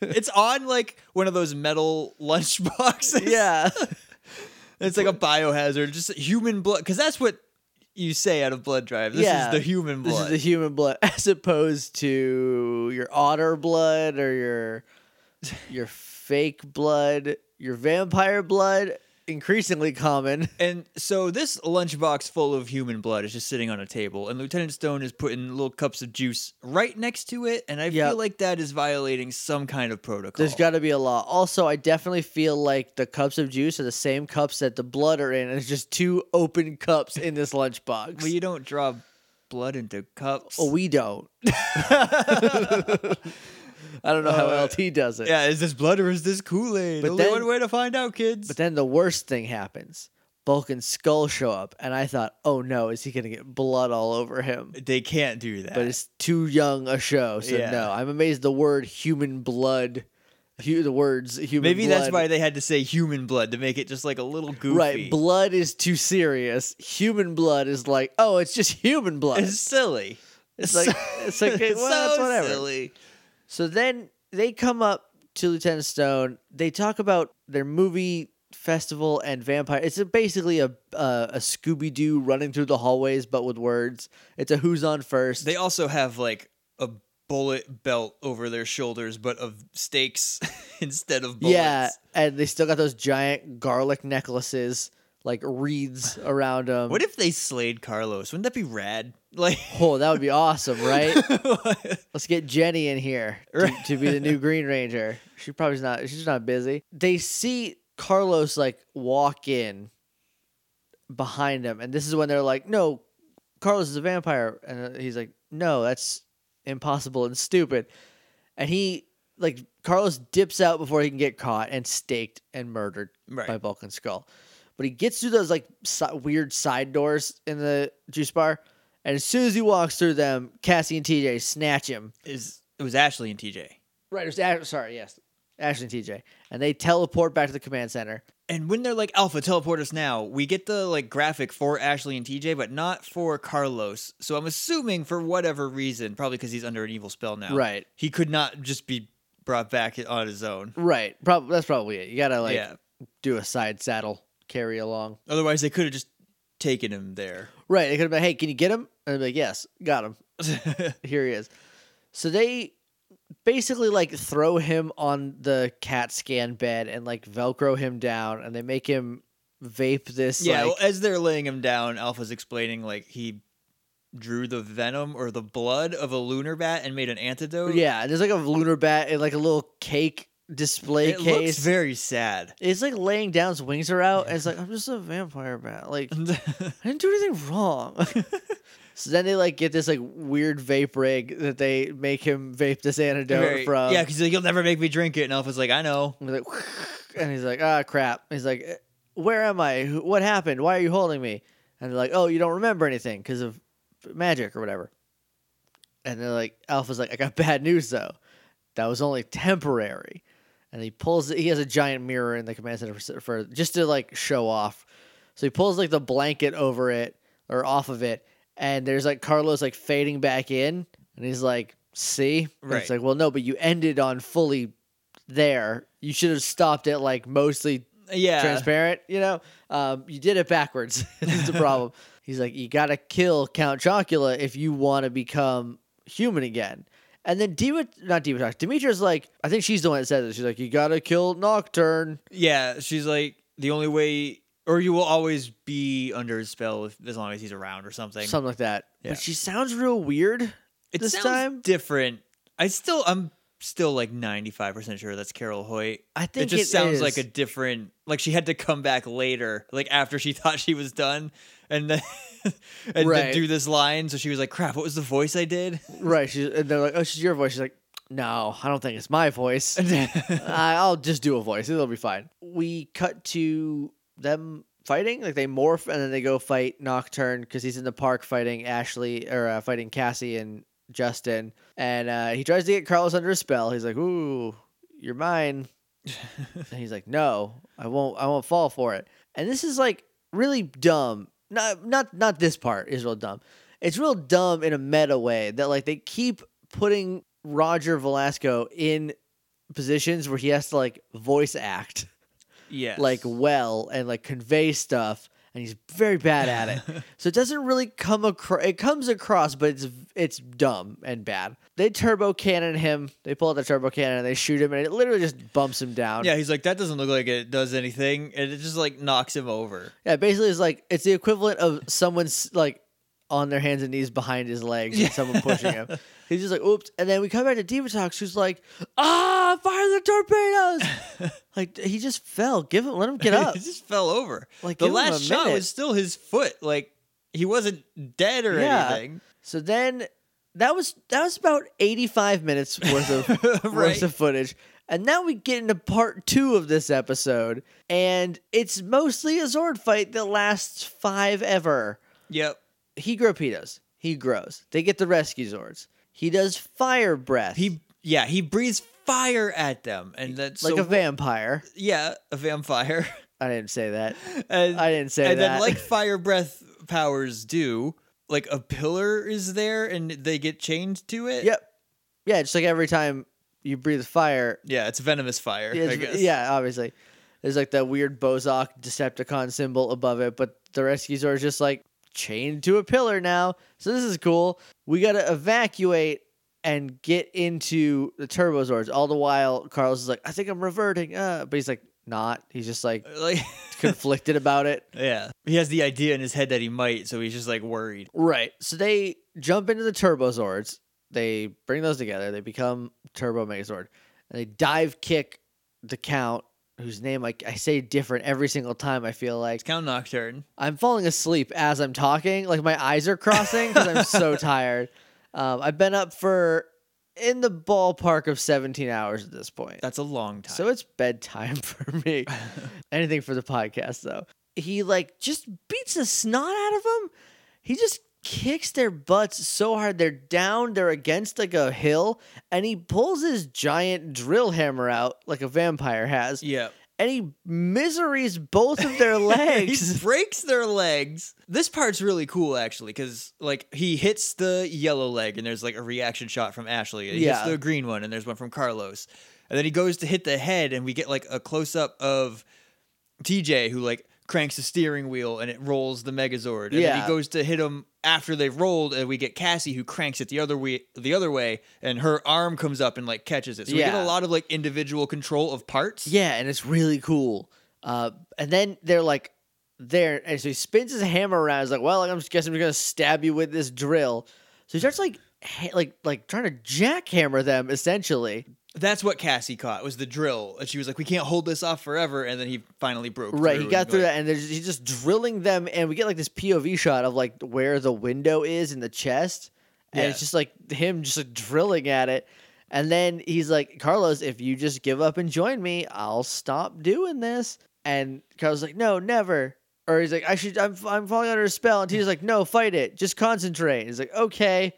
Speaker 2: It's on like one of those metal lunch boxes.
Speaker 1: yeah.
Speaker 2: It's like a biohazard, just human blood, because that's what you say out of blood drive. This
Speaker 1: Yeah.
Speaker 2: is the human
Speaker 1: This is
Speaker 2: blood.
Speaker 1: the human blood, as opposed to your otter blood or your your fake blood, your vampire blood. Increasingly common.
Speaker 2: and so this lunchbox full of human blood is just sitting on a table, and Lieutenant Stone is putting little cups of juice right next to it, and I
Speaker 1: Yeah.
Speaker 2: feel like that is violating some kind of protocol.
Speaker 1: There's got to be a law. Also, I definitely feel like the cups of juice are the same cups that the blood are in, and it's just two open cups in this lunchbox.
Speaker 2: well, you don't draw blood into cups.
Speaker 1: oh, we don't. I don't know how
Speaker 2: Uh,
Speaker 1: LT does it.
Speaker 2: yeah, is this blood or is this Kool Aid?
Speaker 1: But
Speaker 2: Only
Speaker 1: then-
Speaker 2: one way to find out, kids.
Speaker 1: But then the worst thing happens. Bulk and Skull show up, and I thought, oh no, is he gonna get blood all over him?
Speaker 2: they can't do that.
Speaker 1: But it's too young a show, so
Speaker 2: Yeah.
Speaker 1: no. I'm amazed the word human blood, hu- the words human.
Speaker 2: Maybe that's why
Speaker 1: blood-
Speaker 2: they had to say human blood to make it just like a little goofy.
Speaker 1: Right, blood is too serious. Human blood is like, oh, it's just human blood.
Speaker 2: It's silly.
Speaker 1: It's like- it's like, okay, well, that's whatever.
Speaker 2: silly.
Speaker 1: So then they come up to Lieutenant Stone. They talk about their movie festival and vampire. It's a, basically a uh, a Scooby Doo running through the hallways, but with words. It's a who's on first.
Speaker 2: They also have like a bullet belt over their shoulders, but of stakes instead of bullets.
Speaker 1: yeah, and they still got those giant garlic necklaces, like reeds around them.
Speaker 2: What if they slayed Carlos? Wouldn't that be rad? Like,
Speaker 1: oh, that would be awesome, right? Let's get Jenny in here to, to be the new Green Ranger. She probably's not. She's not busy. They see Carlos like walk in behind him, and this is when they're like, "No, Carlos is a vampire," and uh, he's like, "No, that's impossible and stupid." And he like Carlos dips out before he can get caught and staked and murdered
Speaker 2: Right.
Speaker 1: by Bulk and Skull. But he gets through those like si- weird side doors in the juice bar, and as soon as he walks through them, Cassie and TJ snatch him.
Speaker 2: is it was Ashley and TJ.
Speaker 1: Right, it was Ash- sorry, yes, Ashley and TJ, and they teleport back to the command center.
Speaker 2: And when they're like Alpha, teleport us now. We get the like graphic for Ashley and TJ, but not for Carlos. So I'm assuming for whatever reason, probably because he's under an evil spell now.
Speaker 1: Right,
Speaker 2: He could not just be brought back on his own.
Speaker 1: right. Prob- that's probably it. You gotta like
Speaker 2: yeah.
Speaker 1: do a side saddle carry along.
Speaker 2: Otherwise, they could have just taken him there.
Speaker 1: Right. They could have been, hey, can you get him? And they'd be like, yes, got him. Here he is. So they basically like throw him on the CAT scan bed and like Velcro him down, and they make him vape this.
Speaker 2: yeah.
Speaker 1: like,
Speaker 2: well, as they're laying him down, Alpha's explaining like he drew the venom or the blood of a lunar bat and made an antidote.
Speaker 1: yeah. There's like a lunar bat and like a little cake display
Speaker 2: It
Speaker 1: case.
Speaker 2: looks very sad.
Speaker 1: it's like laying down, his wings are out, and it's like I'm just a vampire bat. Like I didn't do anything wrong. so then they like get this like weird vape rig that they make him vape this antidote
Speaker 2: Very-
Speaker 1: from.
Speaker 2: yeah, because like, you'll never make me drink it. And Alpha's like, I know.
Speaker 1: And he's like, and he's like, ah, crap. He's like, "Eh, where am I? Who- What happened? Why are you holding me? And they're like, oh, you don't remember anything because of magic or whatever. And they're like, Alpha's like, I got bad news though. That was only temporary. And he pulls, he has a giant mirror in the command center for, for just to like show off. So he pulls like the blanket over it or off of it. And there's like Carlos like fading back in. And he's like, see? And
Speaker 2: Right.
Speaker 1: It's like, well, no, but you ended on fully there. You should have stopped at like mostly
Speaker 2: Yeah.
Speaker 1: transparent. You know, um, you did it backwards. is the problem. He's like, you gotta kill Count Chocula if you want to become human again. And then Diva, not Diva, Talks, Demetra's like, I think she's the one that says it. She's like, you gotta kill Nocturne.
Speaker 2: Yeah, she's like the only way, or you will always be under his spell if, as long as he's around or something.
Speaker 1: Something like that.
Speaker 2: Yeah.
Speaker 1: But she sounds real weird.
Speaker 2: it
Speaker 1: this
Speaker 2: sounds
Speaker 1: time-
Speaker 2: different. I still, I'm still like ninety five percent sure that's Carol Hoyt.
Speaker 1: I
Speaker 2: It
Speaker 1: think
Speaker 2: just sounds
Speaker 1: is.
Speaker 2: like a different, like she had to come back later, like after she thought she was done, and then and
Speaker 1: Right.
Speaker 2: then do this line. So she was like, "Crap, what was the voice I did?"
Speaker 1: right. She's, and they're like, oh, she's your voice. She's like, no, I don't think it's my voice. I- I'll just do a voice. It'll be fine. We cut to them fighting. Like they morph and then they go fight Nocturne because he's in the park fighting Ashley or uh, fighting Cassie and Justin. And uh, he tries to get Carlos under a spell. He's like, "Ooh, you're mine," and he's like, "No, I won't. I won't fall for it." And this is like really dumb. Not not not this part is real dumb. It's real dumb in a meta way that like they keep putting Roger Velasco in positions where he has to like voice act
Speaker 2: Yeah.
Speaker 1: like well and like convey stuff and he's very bad at it so it doesn't really come across it comes across but it's it's dumb and bad they turbo cannon him they pull out the turbo cannon and they shoot him and it literally just bumps him down
Speaker 2: Yeah, he's like, that doesn't look like it does anything. And it just like knocks him over.
Speaker 1: Yeah, basically it's like it's the equivalent of someone's like on their hands and knees behind his legs and someone pushing him. He's just like, oops. And then we come back to Diva Talks, who's like, ah, fire the torpedoes. like he just fell. Give him let him get up.
Speaker 2: he just fell over.
Speaker 1: Like,
Speaker 2: the
Speaker 1: give him a
Speaker 2: last shot
Speaker 1: minute.
Speaker 2: was still his foot. Like he wasn't dead or
Speaker 1: Yeah.
Speaker 2: anything.
Speaker 1: So then that was that was about 85 minutes worth of
Speaker 2: Right.
Speaker 1: worth of footage. And now we get into part two of this episode, and it's mostly a Zord fight that lasts five ever.
Speaker 2: Yep.
Speaker 1: He gropedos. He grows. They get the rescue Zords. He does fire breath.
Speaker 2: He yeah, he breathes fire at them. And that's
Speaker 1: like
Speaker 2: so-
Speaker 1: a vampire.
Speaker 2: Yeah, a vampire.
Speaker 1: I didn't say that.
Speaker 2: and
Speaker 1: I didn't say
Speaker 2: and
Speaker 1: that.
Speaker 2: then like fire breath powers do, like a pillar is there and they get chained to it.
Speaker 1: yep, yeah. Just like every time you breathe fire,
Speaker 2: Yeah, it's venomous fire,
Speaker 1: Yeah,
Speaker 2: I
Speaker 1: it's-
Speaker 2: guess.
Speaker 1: Yeah, obviously. There's like that weird Bozok Decepticon symbol above it, but the rescues are just like chained to a pillar now. So this is cool. We got to evacuate and get into the Turbozords. All the while, Carlos is like, I think I'm reverting. Uh, but he's like, not. He's just like
Speaker 2: Like
Speaker 1: conflicted about it.
Speaker 2: Yeah. He has the idea in his head that he might, so he's just like worried.
Speaker 1: Right. So they jump into the Turbozords. They bring those together. They become Turbo Megazord. And they dive kick the Count, whose name I, I say different every single time, I feel like.
Speaker 2: It's Count Nocturne.
Speaker 1: I'm falling asleep as I'm talking. Like my eyes are crossing because I'm so tired. Um, I've been up for in the ballpark of 17 hours at this point.
Speaker 2: That's a long time.
Speaker 1: So it's bedtime for me. Anything for the podcast though. He like just beats the snot out of them. He just kicks their butts so hard they're down, they're against like a hill, and he pulls his giant drill hammer out like a vampire has,
Speaker 2: yeah.
Speaker 1: and he miseries both of their legs.
Speaker 2: He breaks their legs. This part's really cool actually cuz like he hits the yellow leg and there's like a reaction shot from Ashley. He
Speaker 1: Yeah.
Speaker 2: hits the green one and there's one from Carlos. And then he goes to hit the head and we get like a close up of TJ who like cranks the steering wheel and it rolls the Megazord. And then
Speaker 1: Yeah.
Speaker 2: he goes to hit him after they've rolled and we get Cassie who cranks it the other way the other way and her arm comes up and like catches it. So we get
Speaker 1: Yeah.
Speaker 2: a lot of like individual control of parts.
Speaker 1: Yeah, and it's really cool. Uh, and then they're like, there, and so he spins his hammer around. He's like, "Well, I'm just guessing I'm gonna stab you with this drill." So he starts like, ha- like, like trying to jackhammer them essentially.
Speaker 2: That's what Cassie caught was the drill, and she was like, "We can't hold this off forever." And then he finally broke.
Speaker 1: Right, he
Speaker 2: through
Speaker 1: got
Speaker 2: and
Speaker 1: through
Speaker 2: like-
Speaker 1: that, and there's, he's just drilling them, and we get like this POV shot of like where the window is in the chest, and
Speaker 2: Yeah.
Speaker 1: it's just like him just like drilling at it, and then he's like, "Carlos, if you just give up and join me, I'll stop doing this." And Carlos is like, "No, never." Or he's like, "I should, I'm, I'm falling under a spell," and he's like, "No, fight it, just concentrate." he's like, "Okay."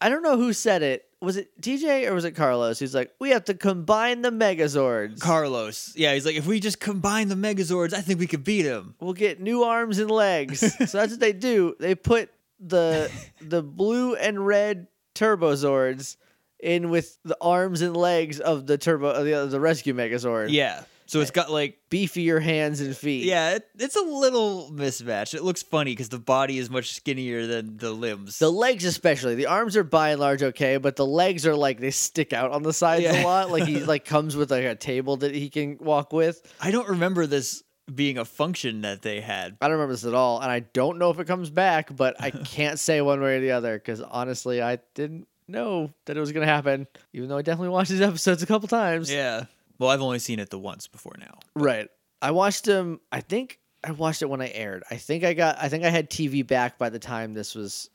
Speaker 1: I don't know who said it. Was it TJ or was it Carlos? He's like, "We have to combine the Megazords."
Speaker 2: Carlos. Yeah, he's like, "If we just combine the Megazords, I think we could beat him."
Speaker 1: we will get new arms and legs. so that's what they do. They put the the blue and red turbozords in with the arms and legs of the turbo of the, of the rescue megazord.
Speaker 2: Yeah. So it's got like,
Speaker 1: Beefier hands and feet.
Speaker 2: yeah, it, it's a little mismatched. It looks funny because the body is much skinnier than the limbs.
Speaker 1: The legs especially. The arms are by and large okay, but the legs are like they stick out on the sides a
Speaker 2: Yeah.
Speaker 1: lot. Like he like comes with like a table that he can walk with.
Speaker 2: I don't remember this being a function that they had.
Speaker 1: I don't remember this at all, and I don't know if it comes back, but I can't say one way or the other because honestly, I didn't know that it was gonna happen. Even though I definitely watched these episodes a couple times.
Speaker 2: Yeah. Well, I've only seen it the once before now.
Speaker 1: Right. I watched them. I think I watched it when I aired. I think I got. I think I had TV back by the time this was.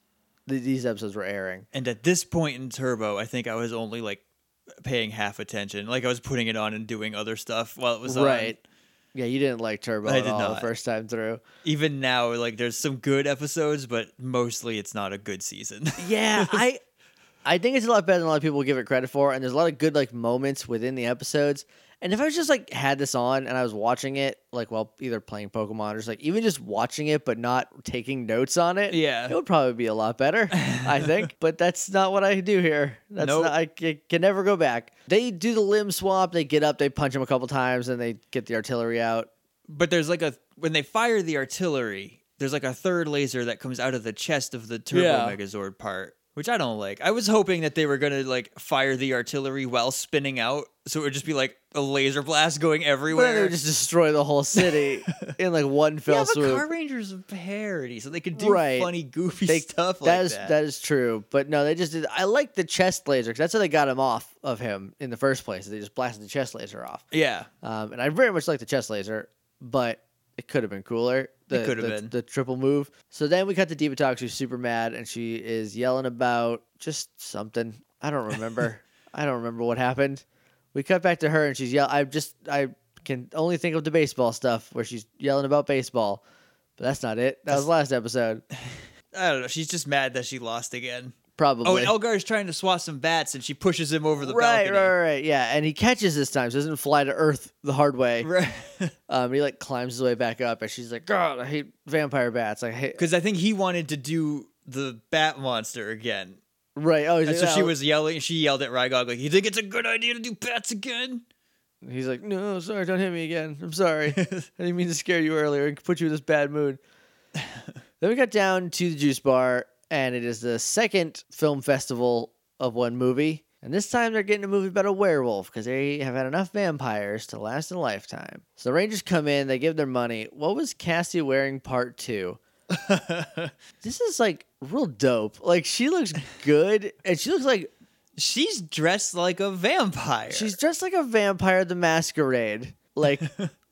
Speaker 1: th- These episodes were airing.
Speaker 2: And at this point in Turbo, I think I was only like paying half attention. Like I was putting it on and doing other stuff while it was on.
Speaker 1: Right. Yeah, you didn't like Turbo
Speaker 2: I
Speaker 1: at
Speaker 2: did
Speaker 1: all the
Speaker 2: not.
Speaker 1: first time through.
Speaker 2: Even now, like there's some good episodes, but mostly it's not a good season.
Speaker 1: Yeah, I I think it's a lot better than a lot of people give it credit for, and there's a lot of good like moments within the episodes. And if I was just like had this on and I was watching it like while either playing Pokemon or just like even just watching it but not taking notes on it,
Speaker 2: Yeah.
Speaker 1: it would probably be a lot better, I think. But that's not what I do here. That's
Speaker 2: Nope.
Speaker 1: not, I c- can never go back. They do the limb swap. They get up, they punch him a couple times, and they get the artillery out.
Speaker 2: but there's like a when they fire the artillery, there's like a third laser that comes out of the chest of the Turbo
Speaker 1: Yeah.
Speaker 2: Megazord part, which I don't like. I was hoping that they were gonna like fire the artillery while spinning out, so it would just be like a laser blast going
Speaker 1: But then they
Speaker 2: everywhere.
Speaker 1: would just destroy the whole city in like one fell
Speaker 2: yeah, but
Speaker 1: swoop.
Speaker 2: Car Rangers a parody, so they could do
Speaker 1: Right.
Speaker 2: funny, goofy
Speaker 1: They-
Speaker 2: stuff like
Speaker 1: that is that is true, but no, they just did. I like the chest laser because that's how they got him off of him in the first place. They just blasted the chest laser off,
Speaker 2: yeah,
Speaker 1: um, and I very much like the chest laser, but it could have been cooler. The,
Speaker 2: could have
Speaker 1: the-
Speaker 2: been.
Speaker 1: the triple move. So then we cut to Divatox, who's super mad, and she is yelling about just something. I don't remember. I don't remember what happened. We cut back to her, and she's yelling. I just I can only think of the baseball stuff where she's yelling about baseball, but that's not it. That was last episode,
Speaker 2: I don't know. She's just mad that she lost again.
Speaker 1: probably.
Speaker 2: Oh, and Elgar's trying to swat some bats, and she pushes him over the
Speaker 1: right,
Speaker 2: balcony.
Speaker 1: right, right, right. Yeah, and he catches this time, so he doesn't fly to Earth the hard way.
Speaker 2: right.
Speaker 1: Um, he like climbs his way back up, and she's like, "God, I hate vampire bats. I hate."
Speaker 2: Because I think he wanted to do the bat monster again.
Speaker 1: Right. Oh, he's
Speaker 2: And
Speaker 1: like,
Speaker 2: so she
Speaker 1: "No."
Speaker 2: was yelling. She yelled at Rygog like, "You think it's a good idea to do bats again?"
Speaker 1: He's like, "No, sorry, don't hit me again. I'm sorry. I didn't mean to scare you earlier and put you in this bad mood." then we got down to the juice bar, and it is the second film festival of one movie. And this time they're getting a movie about a werewolf because they have had enough vampires to last a lifetime. So the Rangers come in, they give their money. What was Cassie wearing part two? this is like real dope. Like she looks good and she looks like
Speaker 2: She's dressed like a vampire.
Speaker 1: She's dressed like a vampire the masquerade. Like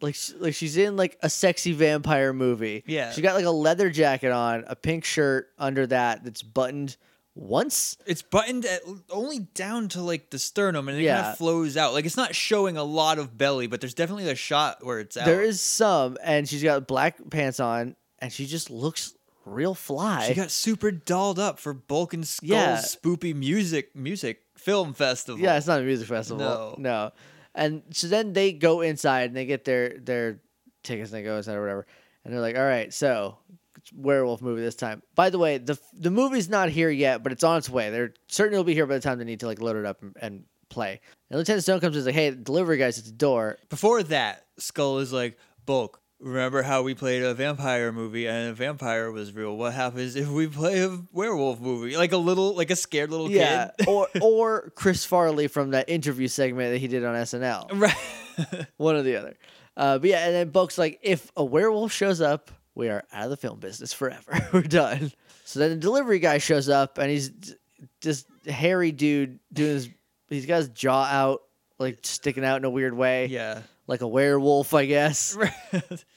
Speaker 1: like sh- like she's in like a sexy vampire movie.
Speaker 2: Yeah.
Speaker 1: She got like a leather jacket on, a pink shirt under that that's buttoned once.
Speaker 2: it's buttoned at only down to like the sternum, and it kind
Speaker 1: Yeah.
Speaker 2: of flows out. Like it's not showing a lot of belly, but there's definitely a shot where it's out.
Speaker 1: There is some and she's got black pants on and she just looks real fly.
Speaker 2: She got super dolled up for Bulk and Skull's
Speaker 1: Yeah.
Speaker 2: spoopy music music film festival.
Speaker 1: yeah, it's not a music festival.
Speaker 2: No.
Speaker 1: No. And so then they go inside and they get their their tickets and they go inside or whatever. And they're like, "All right, so it's werewolf movie this time." By the way, the the movie's not here yet, but it's on its way. They're certainly will be here by the time they need to like load it up and, and play. And Lieutenant Stone comes and is like, "Hey, delivery guys at the door."
Speaker 2: Before that, Skull is like, Bulk, remember how we played a vampire movie and a vampire was real? What happens if we play a werewolf movie? Like a little, like a scared little
Speaker 1: Yeah,
Speaker 2: kid.
Speaker 1: or or Chris Farley from that interview segment that he did on SNL.
Speaker 2: Right.
Speaker 1: One or the other. Uh, but yeah, and then Bulk's like, if a werewolf shows up, we are out of the film business forever. We're done. So then the delivery guy shows up, and he's d- this hairy dude doing his. He's got his jaw out, like sticking out in a weird way,
Speaker 2: yeah.
Speaker 1: like a werewolf, I guess.
Speaker 2: Right.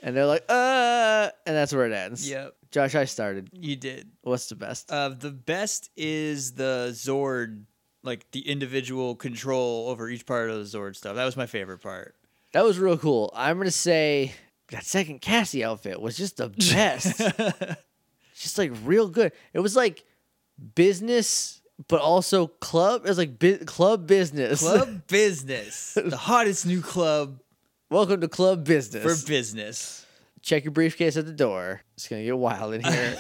Speaker 1: And they're like, uh, and that's where it ends.
Speaker 2: yep.
Speaker 1: Josh, I started.
Speaker 2: You did.
Speaker 1: What's the best?
Speaker 2: Uh, the best is the Zord, like the individual control over each part of the Zord stuff. That was my favorite part.
Speaker 1: that was real cool. I'm gonna say that second Cassie outfit was just the best. just like real good. It was like business, but also club. It was like bu- club business.
Speaker 2: club business. The hottest new club
Speaker 1: Welcome to club
Speaker 2: for
Speaker 1: business.
Speaker 2: business.
Speaker 1: Check your briefcase at the door. It's gonna get wild in here.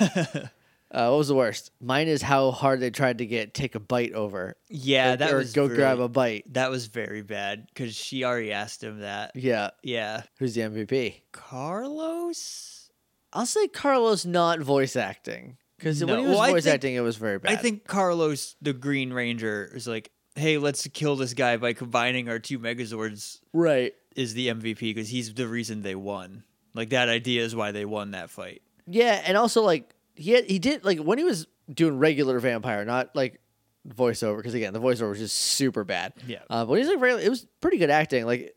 Speaker 1: uh, what was the worst? Mine is how hard they tried to get take a bite over.
Speaker 2: Yeah,
Speaker 1: or,
Speaker 2: that
Speaker 1: or
Speaker 2: was
Speaker 1: go
Speaker 2: really-
Speaker 1: grab a bite.
Speaker 2: That was very bad because she already asked him that.
Speaker 1: Yeah,
Speaker 2: Yeah.
Speaker 1: who's the MVP?
Speaker 2: Carlos?
Speaker 1: I'll say Carlos not voice acting because
Speaker 2: No.
Speaker 1: when he was
Speaker 2: Well, I
Speaker 1: voice
Speaker 2: think-
Speaker 1: acting, it was very bad.
Speaker 2: I think Carlos, the Green Ranger, is like, hey, let's kill this guy by combining our two Megazords,
Speaker 1: right.
Speaker 2: is the MVP because he's the reason they won. Like, that idea is why they won that fight.
Speaker 1: Yeah, and also like he had, he did like when he was doing regular vampire, not like voiceover, because again the voiceover was just super bad.
Speaker 2: Yeah.
Speaker 1: uh, but when he's like regular, it was pretty good acting. Like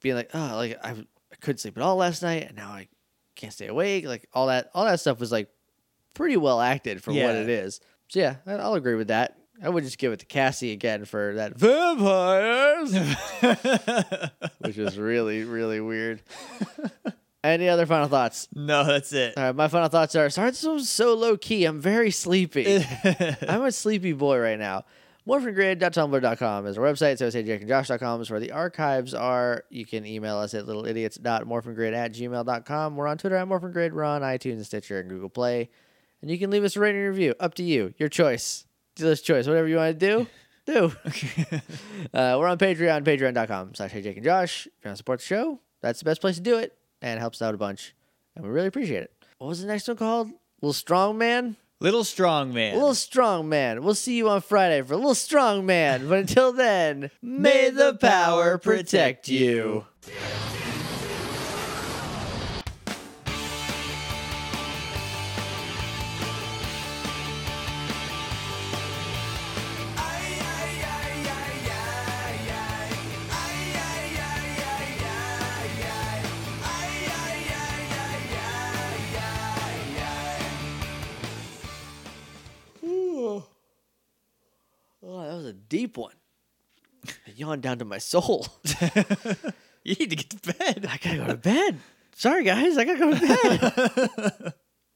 Speaker 1: being like, oh, like I, I couldn't sleep at all last night, and now I can't stay awake. Like all that, all that stuff was like pretty well acted for
Speaker 2: Yeah.
Speaker 1: what it is. So yeah, I, I'll agree with that. I would just give it to Cassie again for that vampires, which was really, really weird. Any other final thoughts?
Speaker 2: no, that's it.
Speaker 1: All right, my final thoughts are sorry, this one's so low key. I'm very sleepy. I'm a sleepy boy right now. Morphingrid.tumblr.com is our website. So say Jake and Josh.com is where the archives are. You can email us at littleidiots.morphingrid at gmail.com. We're on Twitter at Morphingrid. We're on iTunes and Stitcher and Google Play. And you can leave us a rating and review. Up to you. Your choice. Dealer's choice. Whatever you want to do, do. Uh, we're on Patreon, patreon.com slash Hey Jake and Josh. If you want to support the show, that's the best place to do it. And it helps us out a bunch. And we really appreciate it. What was the next one called? Little Strong Man?
Speaker 2: Little strong man.
Speaker 1: Little Strong Man. We'll see you on Friday for Little Strong Man. But until then, may the power protect you. Oh, that was a deep one. I yawned down to my soul.
Speaker 2: you need to get to bed.
Speaker 1: I gotta go to bed. Sorry, guys. I gotta go to bed.